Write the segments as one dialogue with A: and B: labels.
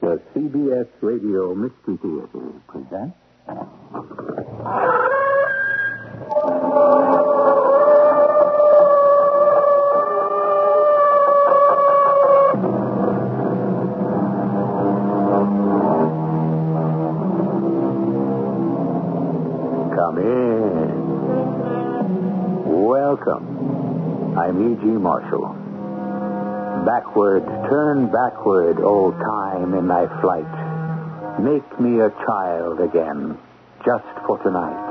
A: The CBS Radio Mystery Theater presents. Come in. Welcome. I'm E.G. Marshall. Backward, turn backward, O time, in thy flight. Make me a child again, just for tonight.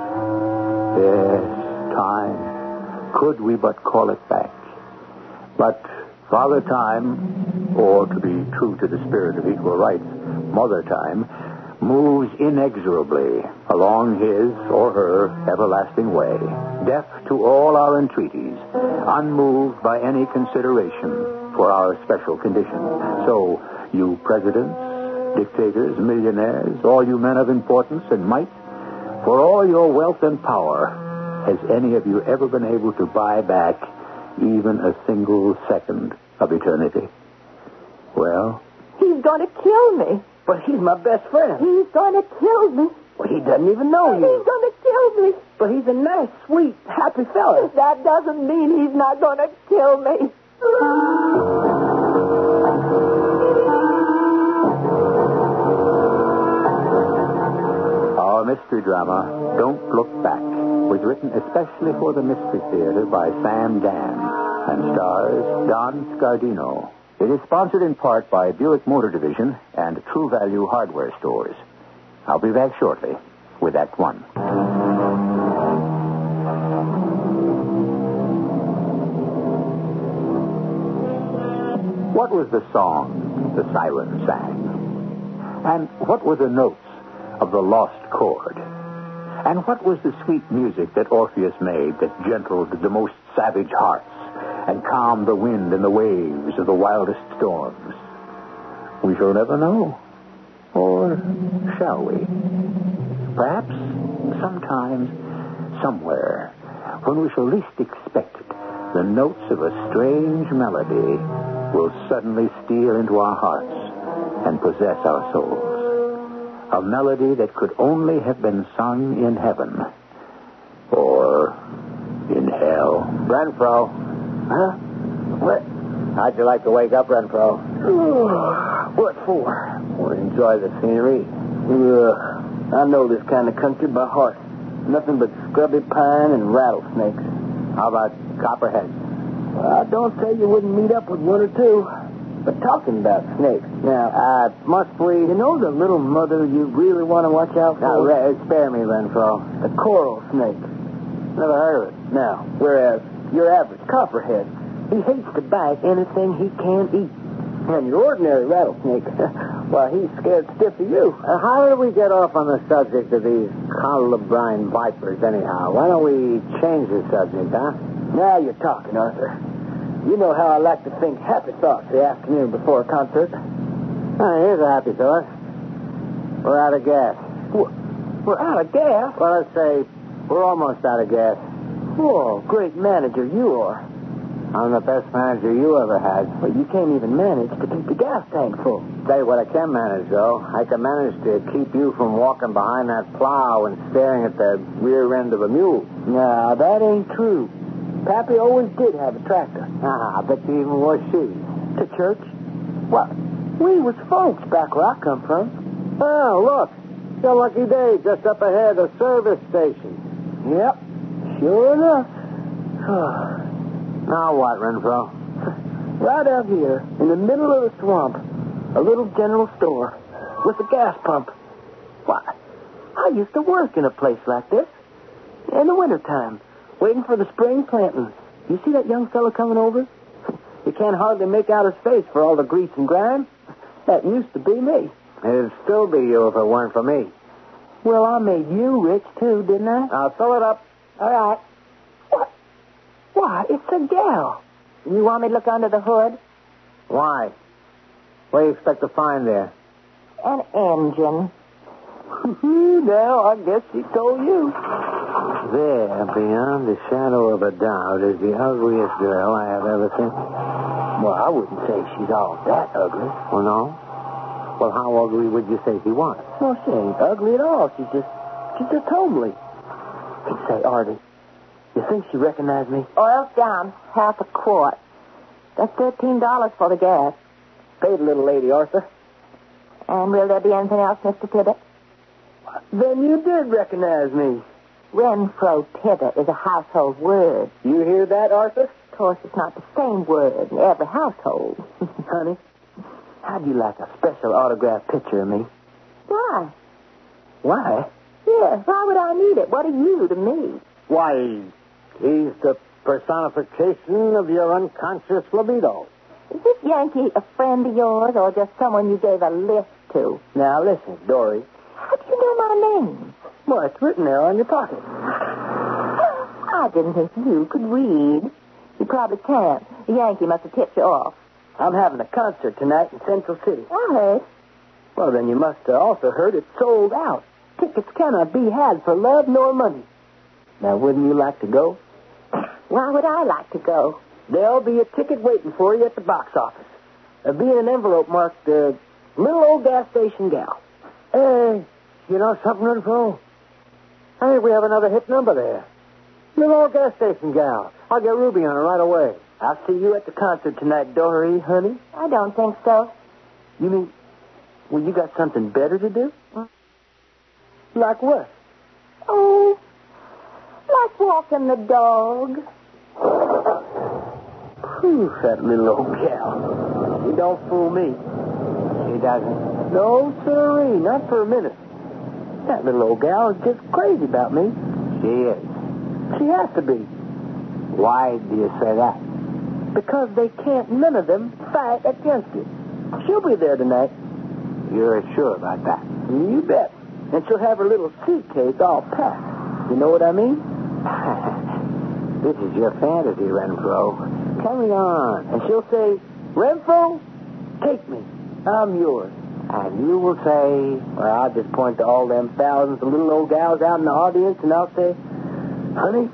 A: Yes, time. Could we but call it back? But Father Time, or to be true to the spirit of equal rights, Mother Time, moves inexorably along his or her everlasting way, deaf to all our entreaties, unmoved by any consideration for our special condition. So, you presidents, dictators, millionaires, all you men of importance and might, for all your wealth and power, has any of you ever been able to buy back even a single second of eternity? Well,
B: He's going to kill me.
C: But he's my best friend.
B: He's going to kill me.
C: Well, he doesn't even know
B: He's
C: you.
B: going to kill me.
C: But he's a nice, sweet, happy fellow.
B: That doesn't mean he's not going to kill me.
A: Our mystery drama, Don't Look Back, was written especially for the Mystery Theater by Sam Dan and stars Don Scardino. It is sponsored in part by Buick Motor Division and True Value Hardware Stores. I'll be back shortly with Act One. What was the song the siren sang? And what were the notes of the lost chord? And what was the sweet music that Orpheus made that gentled the most savage hearts and calmed the wind and the waves of the wildest storms? We shall never know. Or shall we? Perhaps sometimes, somewhere, when we shall least expect it, the notes of a strange melody will suddenly steal into our hearts and possess our souls. A melody that could only have been sung in heaven or in hell. Renfro. Huh? What? How'd you like to wake up, Renfro? what for? Well, enjoy the scenery.
C: Ugh. I know this kind of country by heart. Nothing but scrubby pine and rattlesnakes.
A: How about copperheads?
C: Well, I don't say you wouldn't meet up with one or two. But talking about snakes, now, uh, must we... You know the little mother you really want to watch out for? Now, re- spare me, Renfro. The coral snake. Never heard of it. Now, whereas your average copperhead, he hates to bite anything he can eat. And your ordinary rattlesnake, well, he's scared stiff of you. Uh, how do we get off on the subject of these colubrine vipers, anyhow? Why don't we change the subject, huh? Now you're talking, Arthur. You know how I like to think happy thoughts the afternoon before a concert. Oh, here's a happy thought. We're out of gas. We're out of gas? Well, let's say we're almost out of gas. Oh, great manager you are. I'm the best manager you ever had. Well, you can't even manage to keep the gas tank full. Tell you what I can manage, though. I can manage to keep you from walking behind that plow and staring at the rear end of a mule. No, that ain't true. Pappy always did have a tractor. Ah, I bet you even wore shoes. To church? What? We was folks back where I come from. Oh, look. It's a lucky day just up ahead, a service station. Yep. Sure enough. now what, Renfro? Right out here, in the middle of the swamp, a little general store with a gas pump. Why, I used to work in a place like this. In the wintertime, waiting for the spring planting. You see that young fellow coming over? You can't hardly make out his face for all the grease and grime. That used to be me. It'd still be you if it weren't for me. Well, I made you rich, too, didn't I? Now, fill it up. All right. What? Why, it's a gal. You want me to look under the hood? Why? What do you expect to find there?
B: An engine.
C: now, I guess she told you. There, beyond the shadow of a doubt, is the ugliest girl I have ever seen. Well, I wouldn't say she's all that ugly. Well, no.
D: Well, how ugly would you say she was?
A: No, she ain't ugly at all. She's just, she's just homely. Say, Artie, you think she recognized me?
B: Oil's down half a quart. That's thirteen dollars for the gas.
A: Paid little lady, Arthur.
B: And will there be anything else, Mr. Tibbet?
A: Then you did recognize me.
B: Renfro Tibbet is a household word.
A: You hear that, Arthur?
B: Of course, it's not the same word in every household.
A: Honey, how'd you like a special autograph picture of me?
B: Why?
A: Why?
B: Yes, why would I need it? What are you to me?
D: Why, he's the personification of your unconscious libido.
B: Is this Yankee a friend of yours or just someone you gave a lift to?
A: Now listen, Dory.
B: How do you know my name?
A: Well, it's written there on your pocket.
B: I didn't think you could read. You probably can't. The Yankee must have tipped you off.
A: I'm having a concert tonight in Central City.
B: I heard.
A: Well, then you must have also heard it's sold out. Tickets cannot be had for love nor money. Now, wouldn't you like to go?
B: Why would I like to go?
A: There'll be a ticket waiting for you at the box office. There'll be an envelope marked, uh, Little Old Gas Station Gal.
D: Hey, you know something, Renfro? Hey, we have another hit number there. Little old gas station gal. I'll get Ruby on her right away.
A: I'll see you at the concert tonight, Dory, honey.
B: I don't think so.
A: You mean, well, you got something better to do? Like what?
B: Oh, like walking the dog.
A: Phew, that little old gal. She don't fool me. She doesn't. No, sirree, not for a minute. That little old gal is just crazy about me.
D: She is.
A: She has to be.
D: Why do you say that?
A: Because they can't, none of them, fight against it. She'll be there tonight.
D: You're sure about that?
A: You bet. And she'll have her little seat cake all packed. You know what I mean?
D: This is your fantasy, Renfro.
A: Carry on. And she'll say, Renfro, take me. I'm yours.
D: And you will say,
A: Or I'll just point to all them thousands of little old gals out in the audience and I'll say, honey,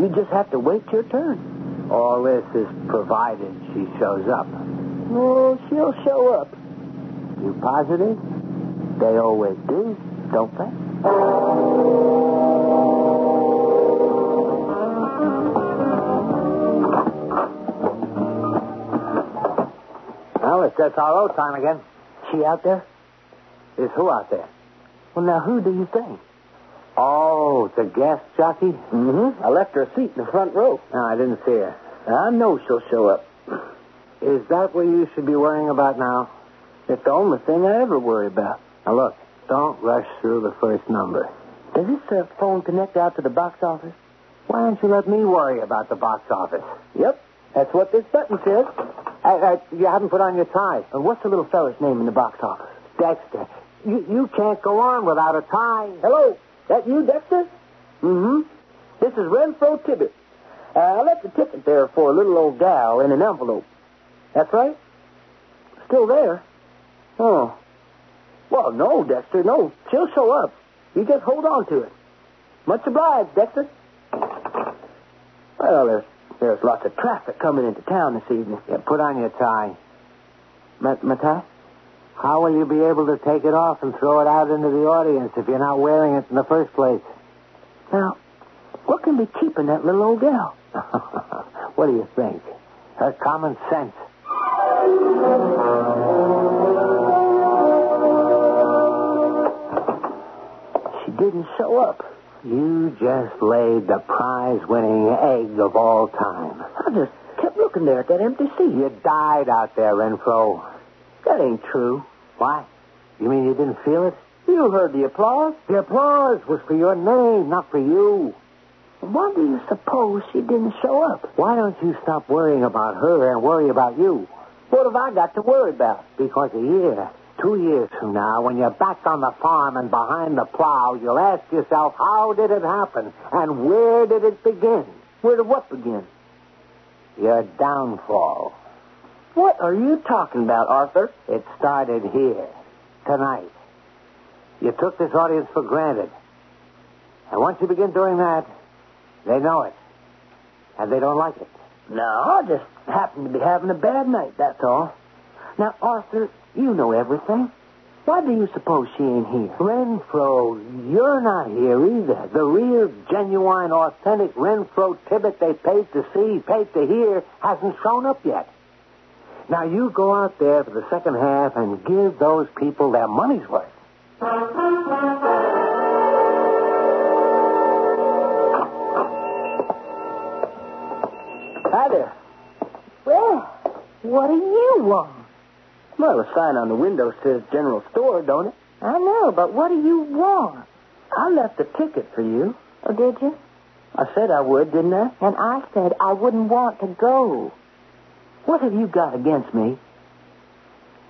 A: you just have to wait your turn.
D: all this is provided she shows up.
A: Well, she'll show up.
D: You positive? They always do, don't they? Well, it's SRO time again.
A: She out there?
D: Is who out there?
A: Well, now, who do you think?
D: Oh, the gas jockey?
A: Mm-hmm. I left her a seat in the front row.
D: No, I didn't see her.
A: I know she'll show up.
D: Is that what you should be worrying about now?
A: It's the only thing I ever worry about.
D: Now, look, don't rush through the first number.
A: Does this uh, phone connect out to the box office?
D: Why don't you let me worry about the box office?
A: Yep. That's what this button says.
D: Uh, uh, you haven't put on your tie.
A: Uh, what's the little fella's name in the box office?
D: Dexter, you, you can't go on without a tie.
A: Hello? That you, Dexter?
D: Mm-hmm.
A: This is Renfro Tibbet. Uh, I left a ticket there for a little old gal in an envelope. That's right? Still there? Oh. Well, no, Dexter, no. She'll show up. You just hold on to it. Much obliged, Dexter. Well, there's, there's lots of traffic coming into town this evening.
D: Yeah, put on your tie.
A: My, my tie?
D: How will you be able to take it off and throw it out into the audience if you're not wearing it in the first place?
A: Now, what can be keeping that little old gal?
D: what do you think? Her common sense.
A: She didn't show up.
D: You just laid the prize-winning egg of all time.
A: I just kept looking there at that empty seat.
D: You died out there, Renfro.
A: That ain't true.
D: Why? You mean you didn't feel it?
A: You heard the applause.
D: The applause was for your name, not for you.
A: Why do you suppose she didn't show up?
D: Why don't you stop worrying about her and worry about you?
A: What have I got to worry about?
D: Because a year, two years from now, when you're back on the farm and behind the plow, you'll ask yourself, how did it happen? And where did it begin?
A: Where did what begin?
D: Your downfall.
A: What are you talking about, Arthur?
D: It started here, tonight. You took this audience for granted. And once you begin doing that, they know it. And they don't like it.
A: No, I just happened to be having a bad night, that's all. Now, Arthur,
C: You know everything. Why do you suppose she ain't here? Renfro, you're not here either. The real, genuine, authentic Renfro Tibbet they paid to see, paid to hear, hasn't shown up yet. Now you go out there for the second half and give those people their money's worth. Hi there.
B: Well, what do you want?
C: Well, the sign on the window says general store, don't it?
B: I know, but what do you want?
C: I left a ticket for you.
B: Oh, did you?
C: I said I would, didn't I?
B: And I said I wouldn't want to go.
C: What have you got against me?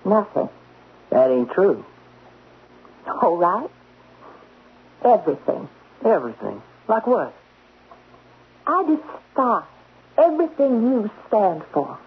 B: Nothing.
C: That ain't true.
B: All right. Everything.
C: Everything. Like what?
B: I despise everything you stand for.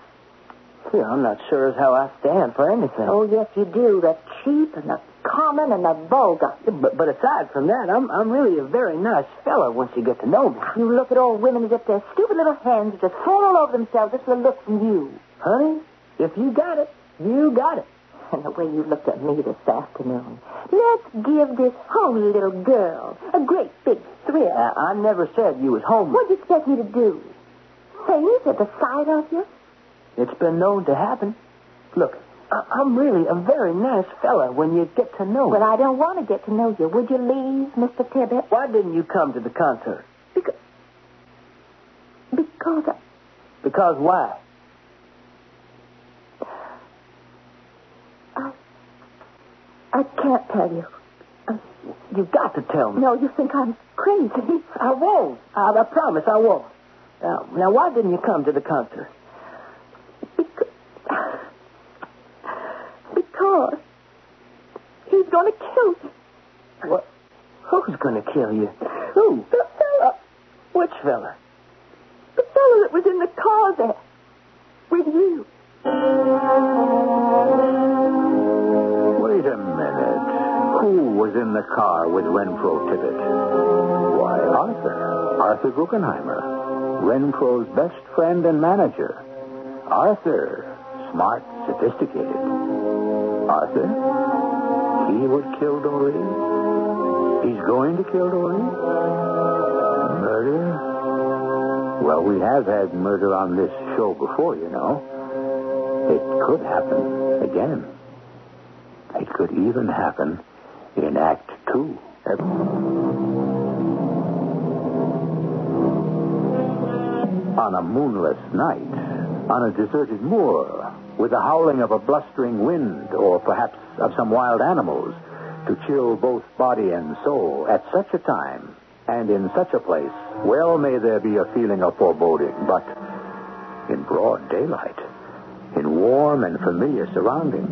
C: Yeah, I'm not sure as how I stand for anything.
B: Oh, yes, you do. The cheap and the common and the vulgar.
C: But, but aside from that, I'm, I'm really a very nice fellow once you get to know me.
B: You look at all women as if their stupid little hands just fall all over themselves just to look from you.
C: Honey, if you got it, you got it.
B: And the way you looked at me this afternoon. Let's give this homely little girl a great big thrill.
C: Uh, I never said you was homeless.
B: What'd you expect me to do? Faint at the sight of you?
C: It's been known to happen. Look, I- I'm really a very nice fella when you get to know me.
B: Well, I don't want to get to know you. Would you leave, Mr. Tibbet?
C: Why didn't you come to the concert?
B: Because, because I,
C: Because why?
B: I, I can't tell you. Uh,
C: You got to tell me.
B: No, you think I'm crazy.
C: I won't. I, I promise I won't. Now, now, why didn't you come to the concert?
B: Because, because he's going to kill you.
C: What? Who's going to kill you? Who? Uh,
B: The fellow,
C: Which fella?
B: the fellow that was in the car there with you.
A: Wait a minute. Who was in the car with Renfro Tippett? Why, Arthur. Arthur Guggenheimer. Renfro's best friend and manager. Arthur. Smart, sophisticated. Arthur? He would kill Doreen? He's going to kill Doreen? Murder? Well, we have had murder on this show before, you know. It could happen again. It could even happen in Act Two. On a moonless night, on a deserted moor, with the howling of a blustering wind, or perhaps of some wild animals, to chill both body and soul at such a time and in such a place, well may there be a feeling of foreboding, but in broad daylight, in warm and familiar surroundings.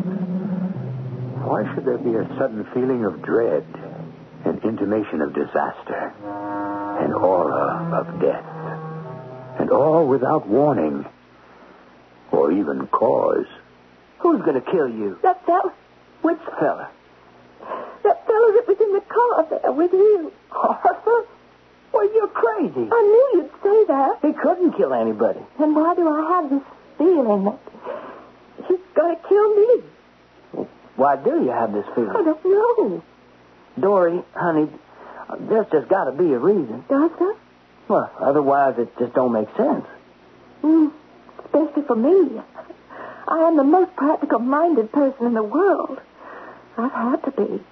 A: Why should there be a sudden feeling of dread, an intimation of disaster, an aura of death, and all without warning or even cause?
C: Who's going to kill you?
B: That fellow,
C: Which fella?
B: that fellow that was in the car there with you.
C: Arthur? Well, you're crazy.
B: I knew you'd say that.
C: He couldn't kill anybody.
B: Then why do I have this feeling that he's going to kill me?
C: Why do you have this
B: I
C: feeling?
B: don't know.
C: Dory, honey, there's just got to be a reason.
B: Does that?
C: Well, otherwise it just don't make sense.
B: Mm, especially for me. I am the most practical-minded person in the world. I've had to be.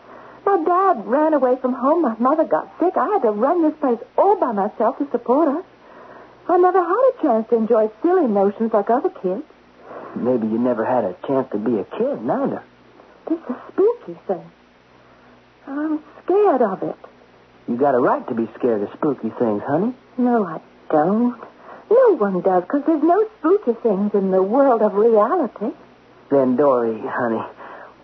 B: My dad ran away from home. My mother got sick. I had to run this place all by myself to support us. I never had a chance to enjoy silly notions like other kids.
C: Maybe you never had a chance to be a kid, neither.
B: This is spooky thing. I'm scared of it.
C: You got a right to be scared of spooky things, honey.
B: No, I don't. No one does, because there's no spooky things in the world of reality.
C: Then, Dory, honey,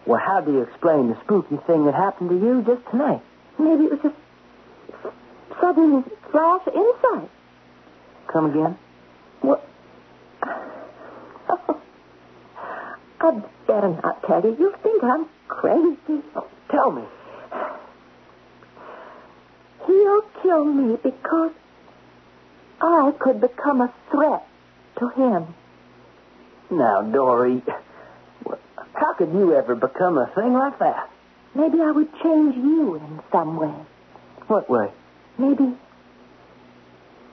C: well, how do you explain the spooky thing that happened to you just tonight?
B: Maybe it was just sudden flash of insight.
C: Come again?
B: What? Oh, I'd better not tell you. You'll think I'm crazy.
C: Tell me.
B: He'll kill me because I could become a threat to him.
C: Now, Dory, well, How could you ever become a thing like that?
B: Maybe I would change you in some way.
C: What way?
B: Maybe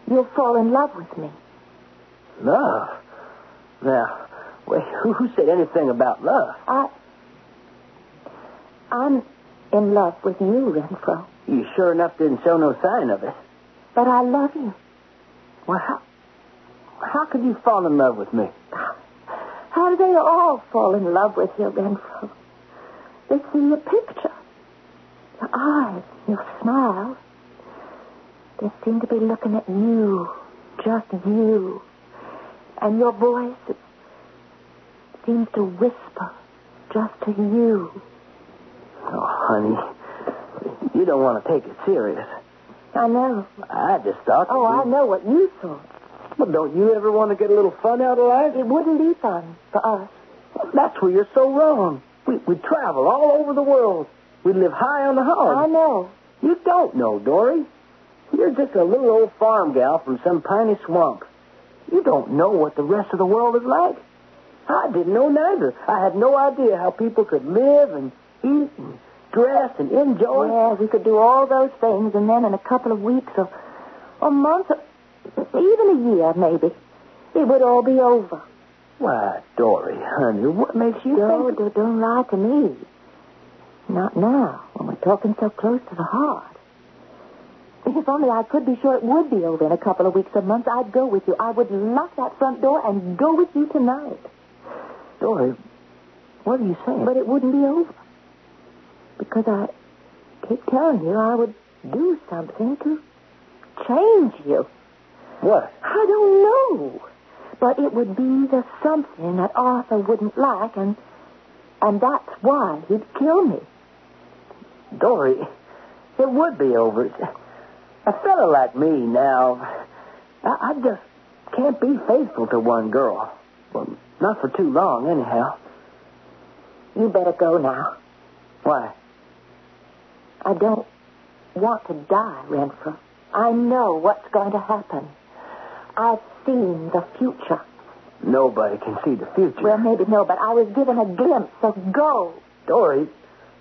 B: you'll fall in love with me.
C: Love. Now, wait, who who said anything about love?
B: I. I'm in love with you, Renfro.
C: You sure enough didn't show no sign of it.
B: But I love you.
C: Well, how, how could you fall in love with me?
B: How do they all fall in love with you, Renfro? They see your picture, your eyes, your smile. They seem to be looking at you, just you. And your voice it seems to whisper just to you.
C: Oh, honey, you don't want to take it serious.
B: I know.
C: I just thought.
B: Oh, I know what you thought.
C: Well, don't you ever want to get a little fun out of life?
B: It wouldn't be fun for us.
C: That's where you're so wrong. We, we travel all over the world. We live high on the
B: I
C: hog.
B: know.
C: You don't know, Dory. You're just a little old farm gal from some piney swamp. You don't know what the rest of the world is like. I didn't know neither. I had no idea how people could live and eat and dress and enjoy.
B: Yeah, we could do all those things, and then in a couple of weeks or, or months, or even a year, maybe, it would all be over.
C: Why, Dory, honey, what makes you
B: No,
C: think...
B: don't, don't lie to me. Not now, when we're talking so close to the heart. If only I could be sure it would be over in a couple of weeks or months, I'd go with you. I would lock that front door and go with you tonight.
C: Dory, what are you saying?
B: But it wouldn't be over. Because I keep telling you I would do something to change you.
C: What?
B: I don't know. But it would be the something that Arthur wouldn't like, and and that's why he'd kill me.
C: Dory, it would be over. A fella like me now, I, I just can't be faithful to one girl. Well, not for too long, anyhow.
B: You better go now.
C: Why?
B: I don't want to die, Renfrew. I know what's going to happen. I've seen the future.
C: Nobody can see the future.
B: Well, maybe no, but I was given a glimpse, so go.
C: Dory,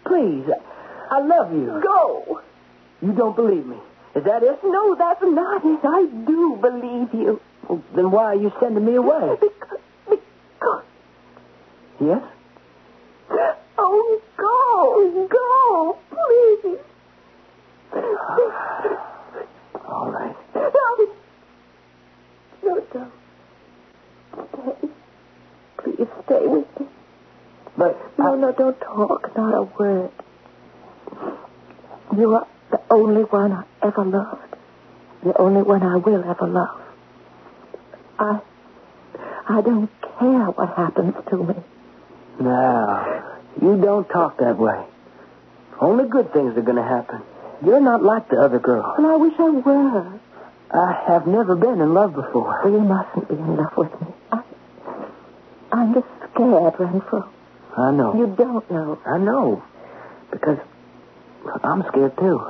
C: please, I, I love you.
B: Go!
C: You don't believe me. Is that it?
B: No, that's not it. I do believe you.
C: Well, then why are you sending me away?
B: Because, because.
C: yes?
B: Oh, go, go, please.
C: All right.
B: No, no, don't. Stay. Please stay with me.
C: But
B: No, no, don't talk, not a word. You are the only one I ever loved. The only one I will ever love. I, I don't care what happens to me.
C: Now, you don't talk that way. Only good things are going to happen. You're not like the other girl.
B: And I wish I were. Oh,
C: I have never been in love before.
B: You mustn't be in love with me. I, I'm just scared, Renfro.
C: I know.
B: You don't know.
C: I know. Because I'm scared, too.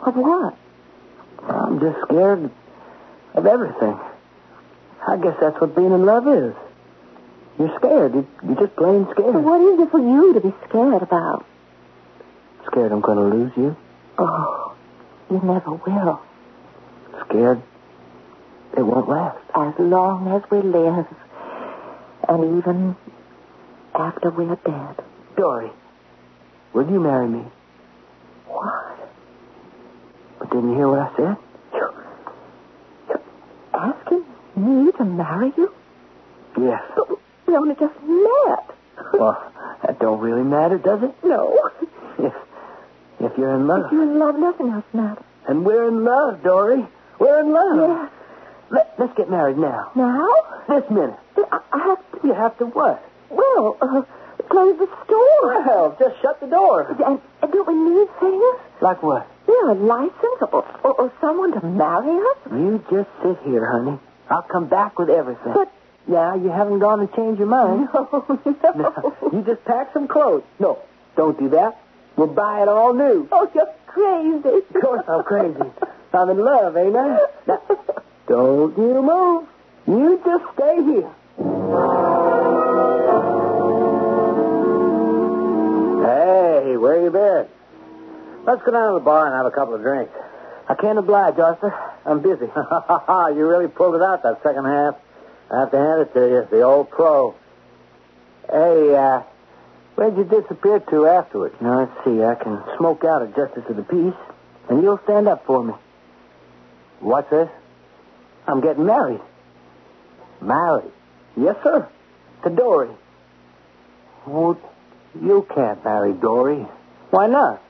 B: Of what?
C: I'm just scared of everything. I guess that's what being in love is. You're scared. You- You're just plain
B: So
C: scared.
B: what is it for you to be scared about?
C: Scared I'm going to lose you.
B: Oh, you never will.
C: Scared it won't last.
B: As long as we live, and even after we're dead.
C: Dory, will you marry me?
B: What?
C: But didn't you hear what I said?
B: You, you're asking me to marry you?
C: Yes.
B: But we only just met.
C: Well, that don't really matter, does it?
B: No.
C: If, if you're in love.
B: If you're in love, nothing else matters.
C: And we're in love, Dory. We're in love.
B: Yes.
C: Let, let's get married now.
B: Now?
C: This minute.
B: But I, I have to
C: You have to what?
B: Well, uh, close the store.
C: Well, just shut the door.
B: And, and don't we need things?
C: Like what?
B: Yeah, a license or, or, or someone to marry us?
C: You just sit here, honey. I'll come back with everything.
B: But- uh,
C: now you haven't gone and changed your mind.
B: No,
C: No. You just pack some clothes. No, don't do that. We'll buy it all new.
B: Oh, you're crazy.
C: Of course I'm crazy. I'm in love, ain't I? Now, don't you move. You just stay here. Hey, where you been? Let's go down to the bar and have a couple of drinks. I can't oblige, Arthur. I'm busy. you really pulled it out that second half. I have to hand it to you, the old pro. Hey, uh, where'd you disappear to afterwards? Now, let's see. I can smoke out a justice of the peace, and you'll stand up for me. What's this? I'm getting married. Married? Yes, sir. To Dory. Well, you can't marry Dory. Why not?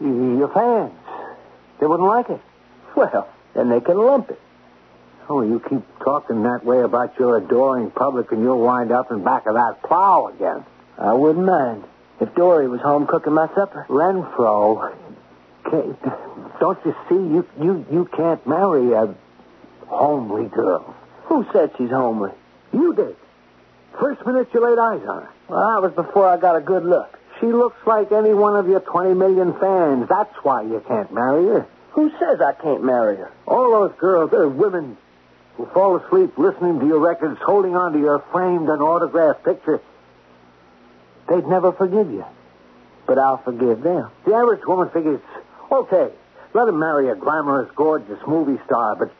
C: Your fans. They wouldn't like it. Well, then they can lump it. Oh, you keep talking that way about your adoring public, and you'll wind up in back of that plow again. I wouldn't mind if Dory was home cooking my supper. Renfro, can't, don't you see? You you you can't marry a homely girl. Who said she's homely? You did. First minute you laid eyes on her. Well, that was before I got a good look. She looks like any one of your 20 million fans. That's why you can't marry her. Who says I can't marry her? All those girls, they're women who fall asleep listening to your records, holding on to your framed and autographed picture. They'd never forgive you. But I'll forgive them. The average woman figures, okay, let him marry a glamorous, gorgeous movie star, but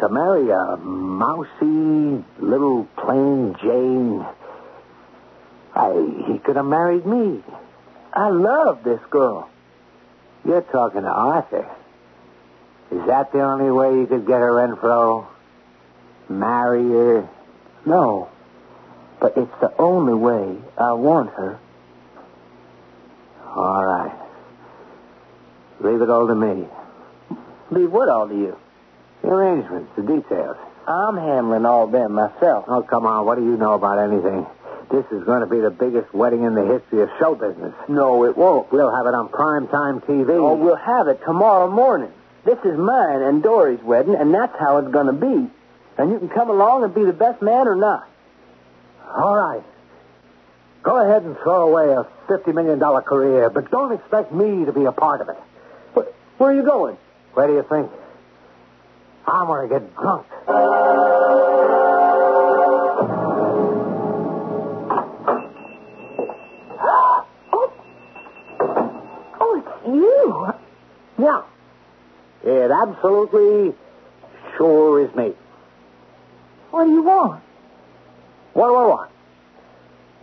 C: to marry a mousy little plain Jane. I, he could have married me. I love this girl. You're talking to Arthur. Is that the only way you could get her, Renfro? Marry her? No. But it's the only way I want her. All right. Leave it all to me. Leave what all to you? The arrangements, the details. I'm handling all them myself. Oh, come on. What do you know about anything? This is going to be the biggest wedding in the history of show business. No, it won't. We'll have it on prime time TV. Oh, we'll have it tomorrow morning. This is mine and Dory's wedding, and that's how it's going to be. And you can come along and be the best man or not. All right. Go ahead and throw away a $50 million career, but don't expect me to be a part of it. Where, where are you going? Where do you think? I want to get drunk.
B: Oh, it's you.
C: Yeah. It absolutely sure is me.
B: What do you want?
C: What do I want?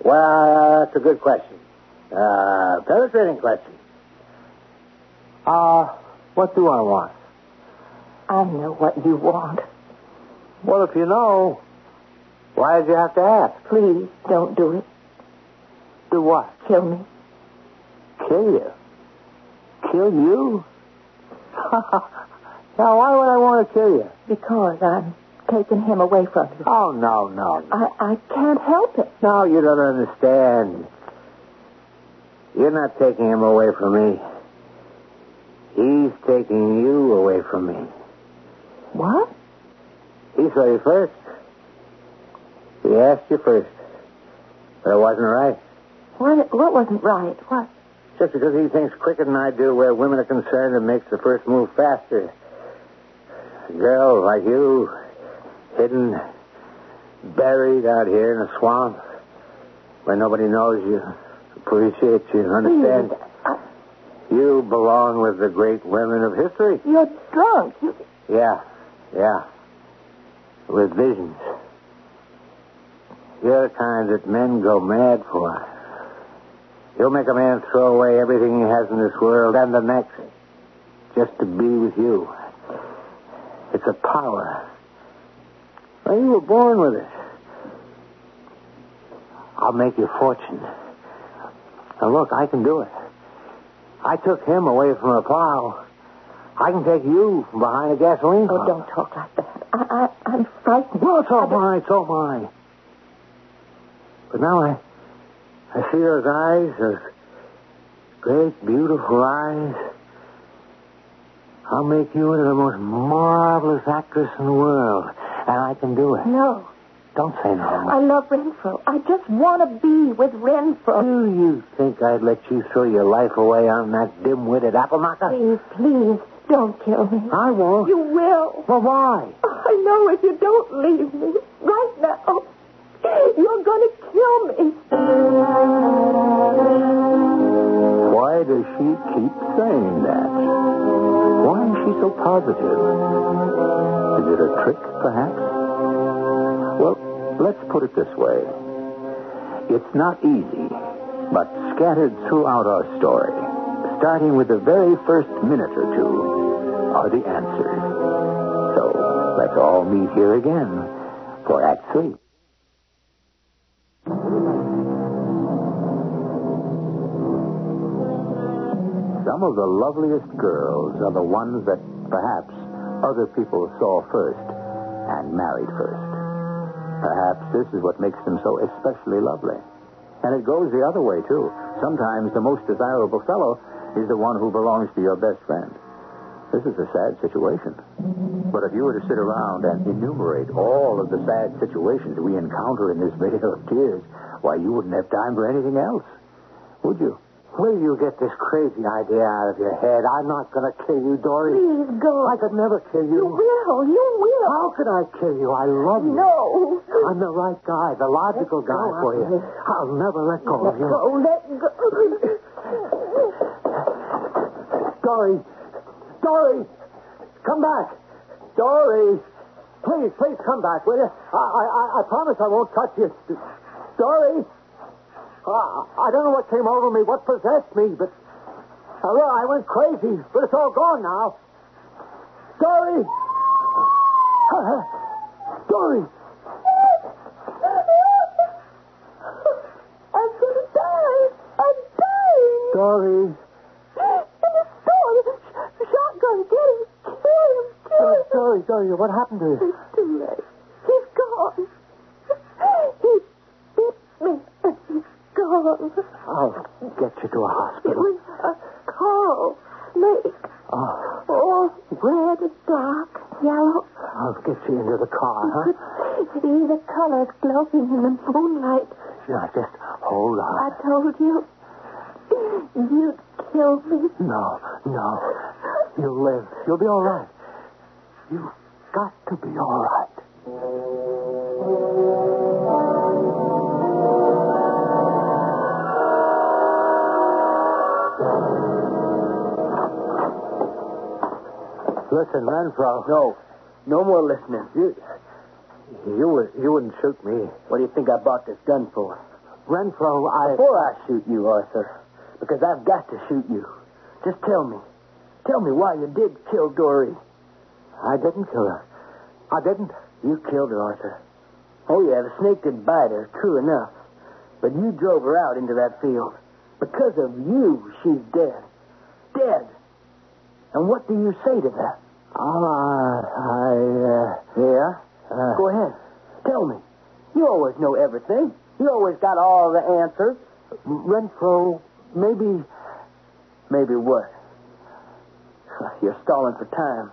C: Well, that's a good question. Uh, penetrating question. Uh, what do I want?
B: I know what you want.
C: Well, if you know, why did you have to ask?
B: Please don't do it.
C: Do what?
B: Kill me.
C: Kill you. Kill you? now, why would I want to kill you?
B: Because I'm taking him away from you.
C: Oh, no, no, no.
B: I, I can't help it.
C: No, you don't understand. You're not taking him away from me. He's taking you away from me.
B: What?
C: He saw you first. He asked you first. But it wasn't right.
B: What, what wasn't right? What?
C: Just because he thinks quicker than I do where women are concerned and makes the first move faster. A girl like you, hidden, buried out here in a swamp where nobody knows you, appreciates you, understands.
B: Please, uh, I,
C: You belong with the great women of history.
B: you're drunk. You,
C: Yeah, yeah. With visions. You're the kind that men go mad for. You'll make a man throw away everything he has in this world and the next just to be with you. It's a power. Well, you were born with it. I'll make your fortune. Now, look, I can do it. I took him away from a plow. I can take you from behind a gasoline
B: oh,
C: pump.
B: don't talk like that. I, I, I'm frightened.
C: Well, it's all mine, it's all mine. But now I, I see those eyes, those great, beautiful eyes. I'll make you into the most marvelous actress in the world, and I can do it.
B: No.
C: Don't say no.
B: I love Renfro. I just want to be with Renfro.
C: Do you think I'd let you throw your life away on that dim-witted apple knocker?
B: Please, please, don't kill me.
C: I won't.
B: You will.
C: Well, why?
B: I know if you don't leave me right now. You're going to kill me.
C: Why does she keep saying that? Why is she so positive? Is it a trick, perhaps? Well, let's put it this way. It's not easy, but scattered throughout our story, starting with the very first minute or two, are the answers. So let's all meet here again for Act Three. Some of the loveliest girls are the ones that perhaps other people saw first and married first. Perhaps this is what makes them so especially lovely. And it goes the other way, too. Sometimes the most desirable fellow is the one who belongs to your best friend. This is a sad situation. But if you were to sit around and enumerate all of the sad situations we encounter in this vale of tears, why, you wouldn't have time for anything else, would you? Will you get this crazy idea out of your head? I'm not going to kill you, Dory.
B: Please go.
C: I could never kill
B: You
C: you.
B: will. You will.
C: How could I kill you? I love you.
B: No.
C: I'm the right guy, the logical
B: Let go
C: guy
B: of
C: for you.
B: me.
C: I'll never let go
B: Let
C: of you.
B: go. Let go.
C: Dory! Dory! Come back! Dory! Please, please come back, will you? I, I, I- I promise I won't touch you. Dory! I, I don't know what came over me, what possessed me, but. Uh, well, I went crazy, but it's all gone now. Dory! Dory!
B: I'm going to die. I'm dying.
C: Dory!
B: In the storm. Sh- Shotgun. Get him. Kill him. Kill him.
C: Dory, Dory, what happened to you?
B: It's too late. He's gone. He bit me, and he's gone.
C: I'll get you to a hospital.
B: It was a coral snake.
C: Oh.
B: All red, dark, yellow.
C: I'll get you into the car, huh?
B: Either colors glowing in the moonlight.
C: Now, just hold
B: I
C: on.
B: told you. You'd kill me.
C: No, no. You'll live. You'll be all right. You've got to be all right. Listen, Renfro.
E: No. No more listening.
C: You, you, would- you wouldn't shoot me.
E: What do you think I bought this gun for?
C: Renfro, I.
E: Before I shoot you, Arthur, because I've got to shoot you, just tell me. Tell me why you did kill Dory.
C: I didn't kill her. I didn't.
E: You killed her, Arthur. Oh, yeah, the snake did bite her, true enough. But you drove her out into that field. Because of you, she's dead. Dead. And what do you say to that?
C: Oh, I, I, uh,
E: Yeah?
C: uh,
E: Go ahead. Tell me. You always know everything. You always got all the answers.
C: Renfro, maybe
E: Maybe what? You're stalling for time.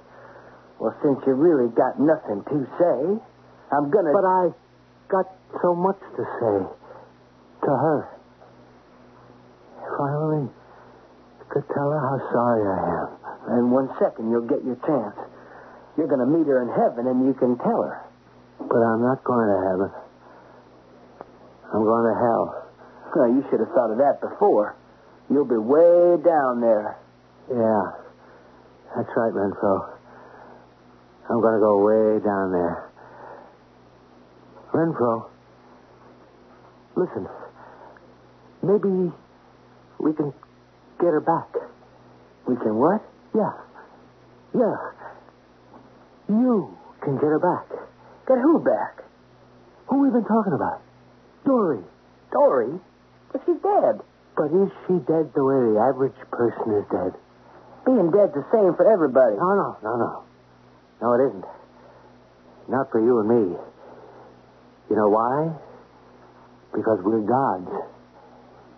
E: Well, since you really got nothing to say, I'm gonna.
C: But I got so much to say to her. If I only could tell her how sorry I am.
E: In one second, you'll get your chance. You're going to meet her in heaven, and you can tell her.
C: But I'm not going to heaven. I'm going to hell.
E: Now, you should have thought of that before. You'll be way down there.
C: Yeah. That's right, Renfro. I'm going to go way down there. Renfro, listen. Maybe we can get her back.
E: We can what?
C: Yeah. Yeah. You can get her back.
E: Get who back?
C: Who we been talking about? Dory.
E: Dory? But she's dead.
C: But is she dead the way the average person is dead?
E: Being dead's the same for everybody.
C: No, no, no, no. No, it isn't. Not for you and me. You know why? Because we're gods.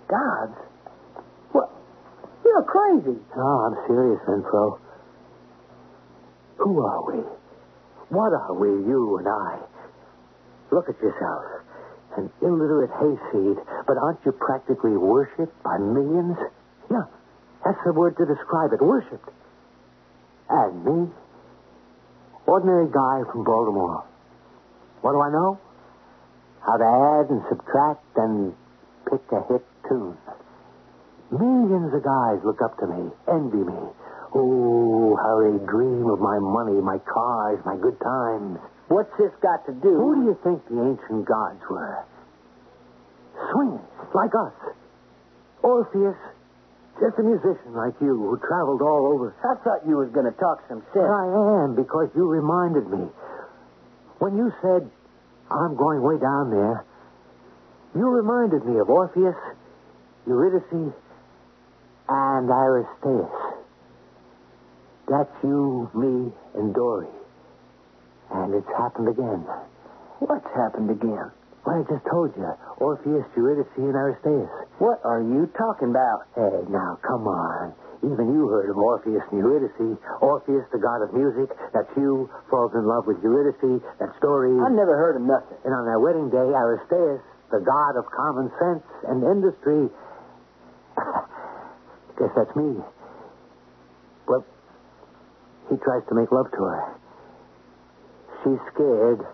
E: Gods? What? You're crazy.
C: No, I'm serious, Renfro. Who are we? What are we, you and I? Look at yourself. An illiterate hayseed, but aren't you practically worshipped by millions? Yeah, that's the word to describe it worshipped. And me? Ordinary guy from Baltimore. What do I know? How to add and subtract and pick a hit tune. Millions of guys look up to me, envy me. Oh, how they dream of my money, my cars, my good times. What's this got to do? Who do you think the ancient gods were? Swingers, like us. Orpheus, just a musician like you who traveled all over. I thought you was going to talk some sense. I am, because you reminded me. When you said, I'm going way down there, you reminded me of Orpheus, Eurydice, and Aristaeus. That's you, me, and Dory. And it's happened again. What's happened again? Well, I just told you. Orpheus, Eurydice, and Aristaeus. What are you talking about? Hey, now, come on. Even you heard of Orpheus and Eurydice. Orpheus, the god of music. That's you. Falls in love with Eurydice. That story. I never heard of nothing. And on their wedding day, Aristaeus, the god of common sense and industry. Guess that's me. Well, he tries to make love to her. She's scared,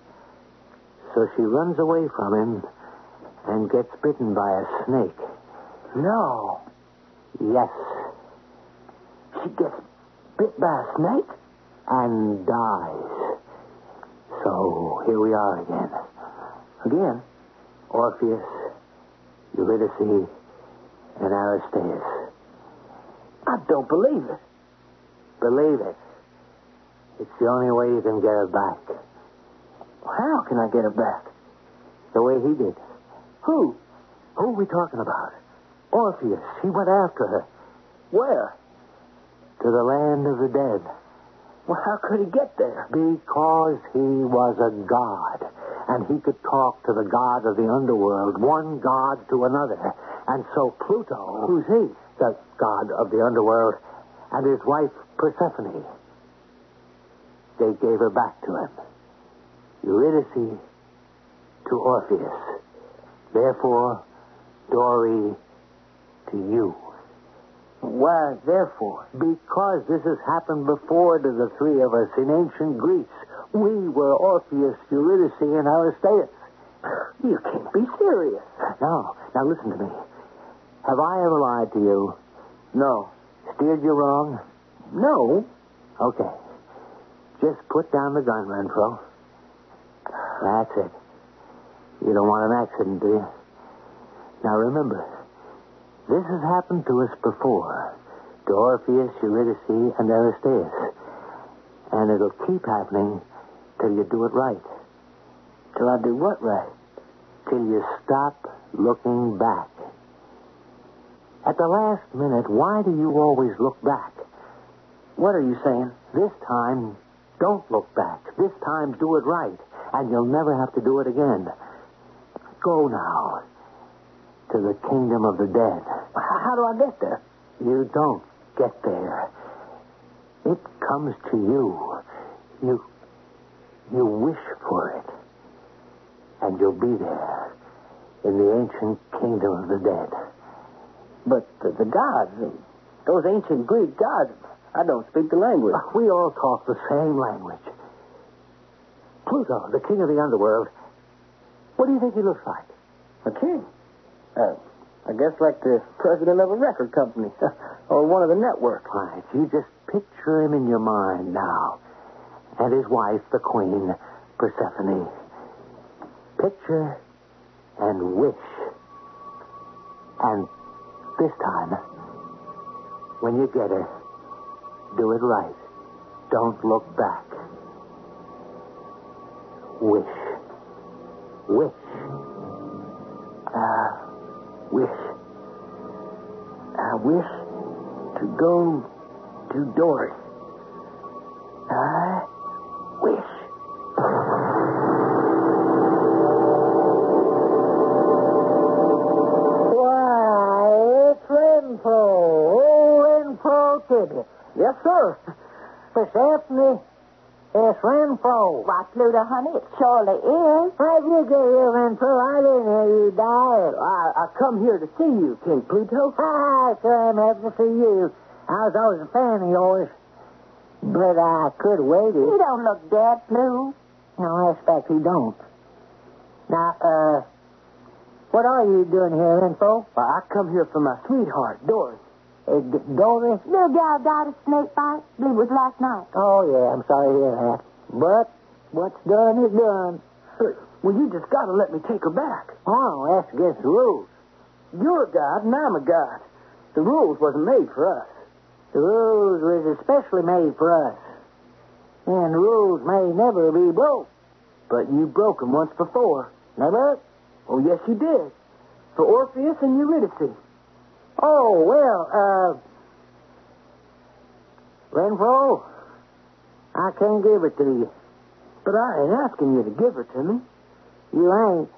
C: so she runs away from him and gets bitten by a snake. No. Yes. She gets bit by a snake? And dies. So here we are again. Again? Orpheus, Eurydice, and Aristaeus. I don't believe it. Believe it. It's the only way you can get her back. How can I get her back? The way he did. Who? Who are we talking about? Orpheus. He went after her. Where? To the land of the dead. Well, how could he get there? Because he was a god, and he could talk to the god of the underworld, one god to another. And so Pluto. Who's he? The god of the underworld, and his wife Persephone. They gave her back to him. Eurydice to Orpheus. Therefore, Dory to you. Why, therefore? Because this has happened before to the three of us in ancient Greece. We were Orpheus, Eurydice, and Aristaeus. You can't be serious. No. Now listen to me. Have I ever lied to you? No. Steered you wrong? No. Okay. Just put down the gun, Renfro. That's it. You don't want an accident, do you? Now remember, this has happened to us before to Orpheus, Eurydice, and Aristaeus. And it'll keep happening till you do it right. Till I do what right? Till you stop looking back. At the last minute, why do you always look back? What are you saying? This time, don't look back. This time, do it right, and you'll never have to do it again. Go now to the kingdom of the dead. How do I get there? You don't get there. It comes to you. You you wish for it. And you'll be there in the ancient kingdom of the dead. But the, the gods, those ancient Greek gods, I don't speak the language. We all talk the same language. Pluto, the king of the underworld, what do you think he looks like? A king? Uh, I guess like the president of a record company or one of the networks. Right. You just picture him in your mind now. And his wife, the queen, Persephone. Picture and wish. And this time, when you get her, do it right. Don't look back. Wish. Wish. Ah wish. I wish to go to Doris. I wish. Why, it's Renfro. Oh, Renfro Tibbet. Yes, sir. Persephone, eh, it's Renfro.
B: Why, Pluto, honey, it surely is.
C: I did get you, Renfro. I didn't hear you die. I, I come here to see you, King Pluto. Hi, sir. I'm happy to see you. I was always a fan of yours. But I could wait
B: You
C: it.
B: don't look dead blue.
C: No, I expect he don't.
F: Now, uh, what are you doing here, Info?
C: Well, I come here for my sweetheart, Doris.
F: Uh, D- Doris?
B: Little gal died of snake bite. Believe it was last night.
F: Oh, yeah, I'm sorry to hear that. But what's done is done.
C: Hey, Well, you just gotta let me take her back.
F: Oh, that's against the rules.
C: You're a god and I'm a god. The rules wasn't made for us.
F: The rules was especially made for us. And rules may never be broke.
C: But you broke them once before.
F: Never?
C: Oh, yes, you did. For Orpheus and Eurydice.
F: Oh, well, uh, Renfro, I can't give it to you.
C: But I ain't asking you to give her to me.
F: You ain't.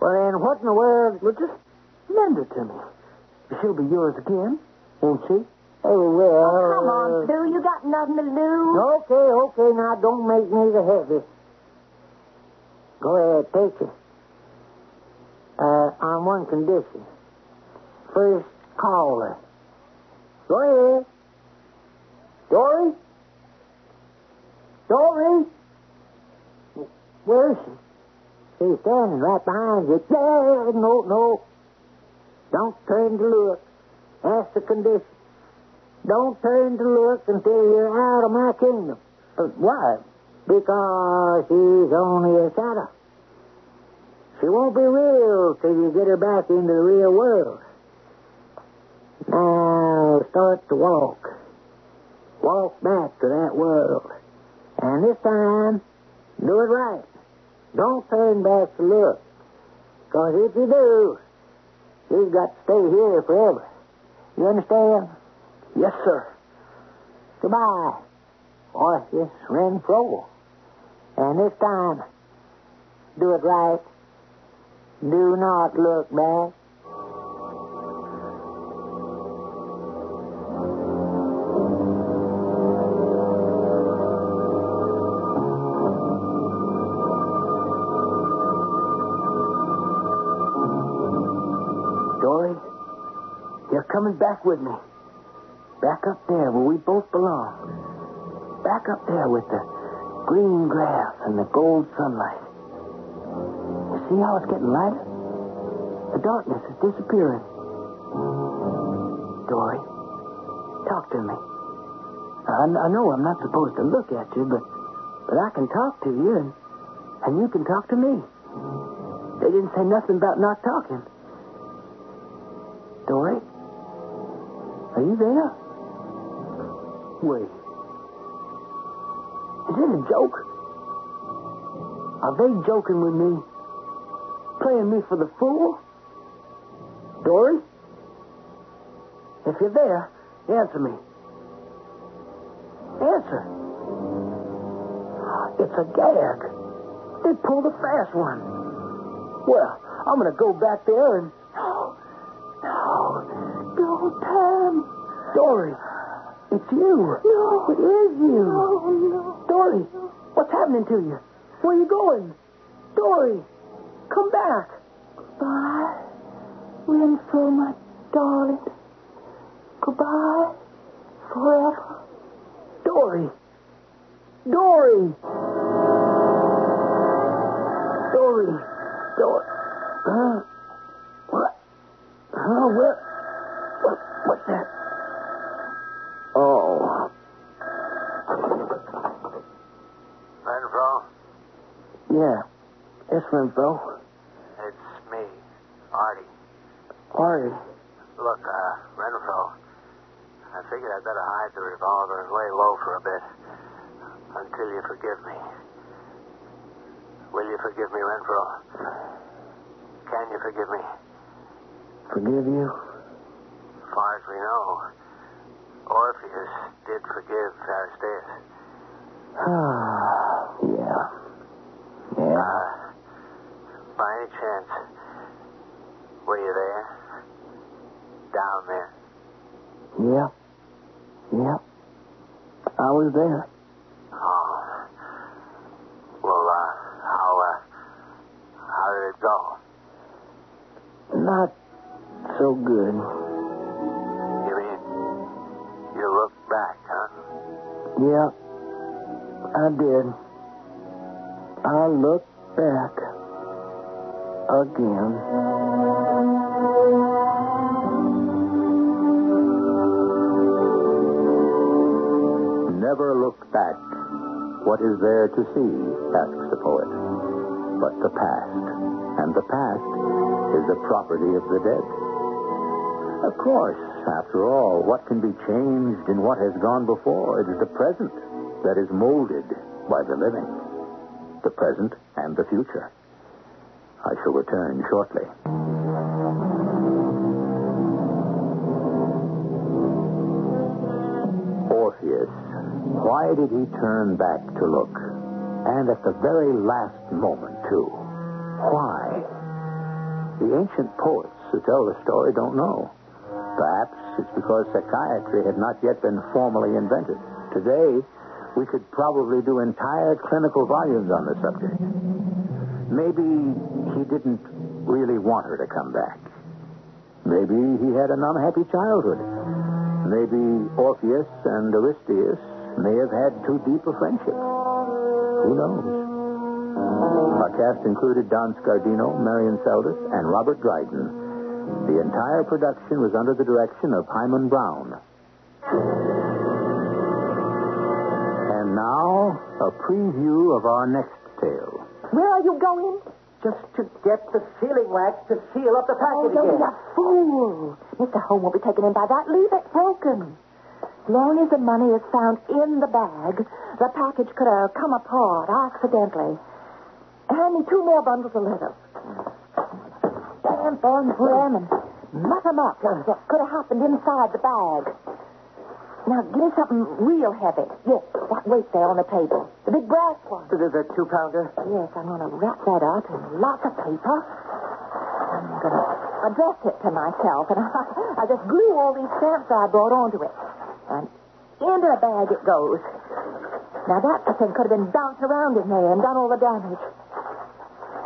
F: Well, then, what in the world?
C: Well, just lend her to me. She'll be yours again.
F: Won't she? Oh, well.
B: Come
C: uh,
B: on, Sue. You got nothing to lose.
F: Okay, okay, now don't make me the heavy. Go ahead, take it. Uh, on one condition. First caller. Go ahead. Dory? Dory? Where is she? She's standing right behind you. Yeah, no, no. Don't turn to look. That's the condition. Don't turn to look until you're out of my kingdom. Uh,
C: But why?
F: Because she's only a shadow. She won't be real till you get her back into the real world. Now start to walk. Walk back to that world. And this time, do it right. Don't turn back to look. Because if you do, you've got to stay here forever. You understand?
C: Yes, sir.
F: Goodbye, Orpheus Renfro. And this time, do it right. Do not look back.
C: Dory, you're coming back with me. Back up there where we both belong. Back up there with the green grass and the gold sunlight. You see how it's getting lighter? The darkness is disappearing. Dory, talk to me. I, I know I'm not supposed to look at you, but, but I can talk to you, and, and you can talk to me. They didn't say nothing about not talking. Dory? Are you there? Wait. Is it a joke? Are they joking with me? Playing me for the fool? Dory? If you're there, answer me. Answer. It's a gag. They pulled a fast one. Well, I'm going to go back there and. No, don't, Tom. Dory, it's you. No, it is you. No, no. Dory, what's happening to you? Where are you going? Dory, come back.
B: Goodbye, Renfro, my darling. Goodbye, forever.
C: Dory. Dory. Dory. Dory. Huh? What? Huh? What? What? What's that? Oh.
G: Renfro,
C: Yeah. Yes, Renfro.
G: it's me, Artie.
C: Artie.
G: Look, uh, Renfro, I figured I'd better hide the revolver and lay low for a bit until you forgive me. Will you forgive me, Renfro? Can you forgive me?
C: Forgive you?
G: far as we know, Orpheus did forgive Aristaeus.
C: yeah. Yeah.
G: Uh, by any chance, were you there? Down there.
C: Yeah. Yeah. I was there.
G: Oh. Well, uh, how, uh, how did it go?
C: Not so good.
G: You mean, you looked back, huh?
C: Yeah. I did. I looked back.
H: again.
C: Never look back. What is there to see? asks the poet. But the past. And the past is the property of the dead. Of course, after all, what can be changed in what has gone before? It is the present that is molded by the living, the present and the future. I shall return shortly. Orpheus, why did he turn back to look? And at the very last moment, too. Why? The ancient poets who tell the story don't know. Perhaps it's because psychiatry had not yet been formally invented. Today, we could probably do entire clinical volumes on the subject. Maybe he didn't really want her to come back. Maybe he had an unhappy childhood. Maybe Orpheus and Aristeus may have had too deep a friendship. Who knows? Our cast included Don Scardino, Marion Seldes, and Robert Dryden. The entire production was under the direction of Hyman Brown. And now, a preview of our next tale.
B: Where are you going?
I: Just to get the sealing wax to seal up the package
B: Oh, don't
I: again.
B: be a fool. Mr. Home won't be taken in by that. Leave it broken. Long as the money is found in the bag, the package could have come apart accidentally. Hand me two more bundles of letters. Stamp on them and muck them up. What could have happened inside the bag? Now, give me something real heavy. Yes, that weight there on the table. The big brass one.
I: The, the two pounder.
B: Yes, I'm going to wrap that up in lots of paper. I'm going to address it to myself, and I, I just glue all these stamps I brought onto it. And into the bag it goes. Now, that thing could have been bounced around in there and done all the damage.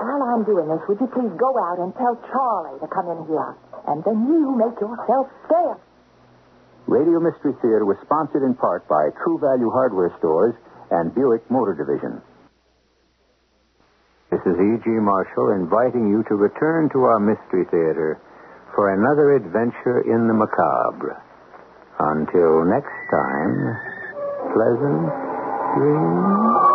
B: While I'm doing this, would you please go out and tell Charlie to come in here? And then you make yourself scarce.
C: Radio Mystery Theater was sponsored in part by True Value Hardware Stores and Buick Motor Division. This is E.G. Marshall inviting you to return to our Mystery Theater for another adventure in the macabre. Until next time, pleasant dreams.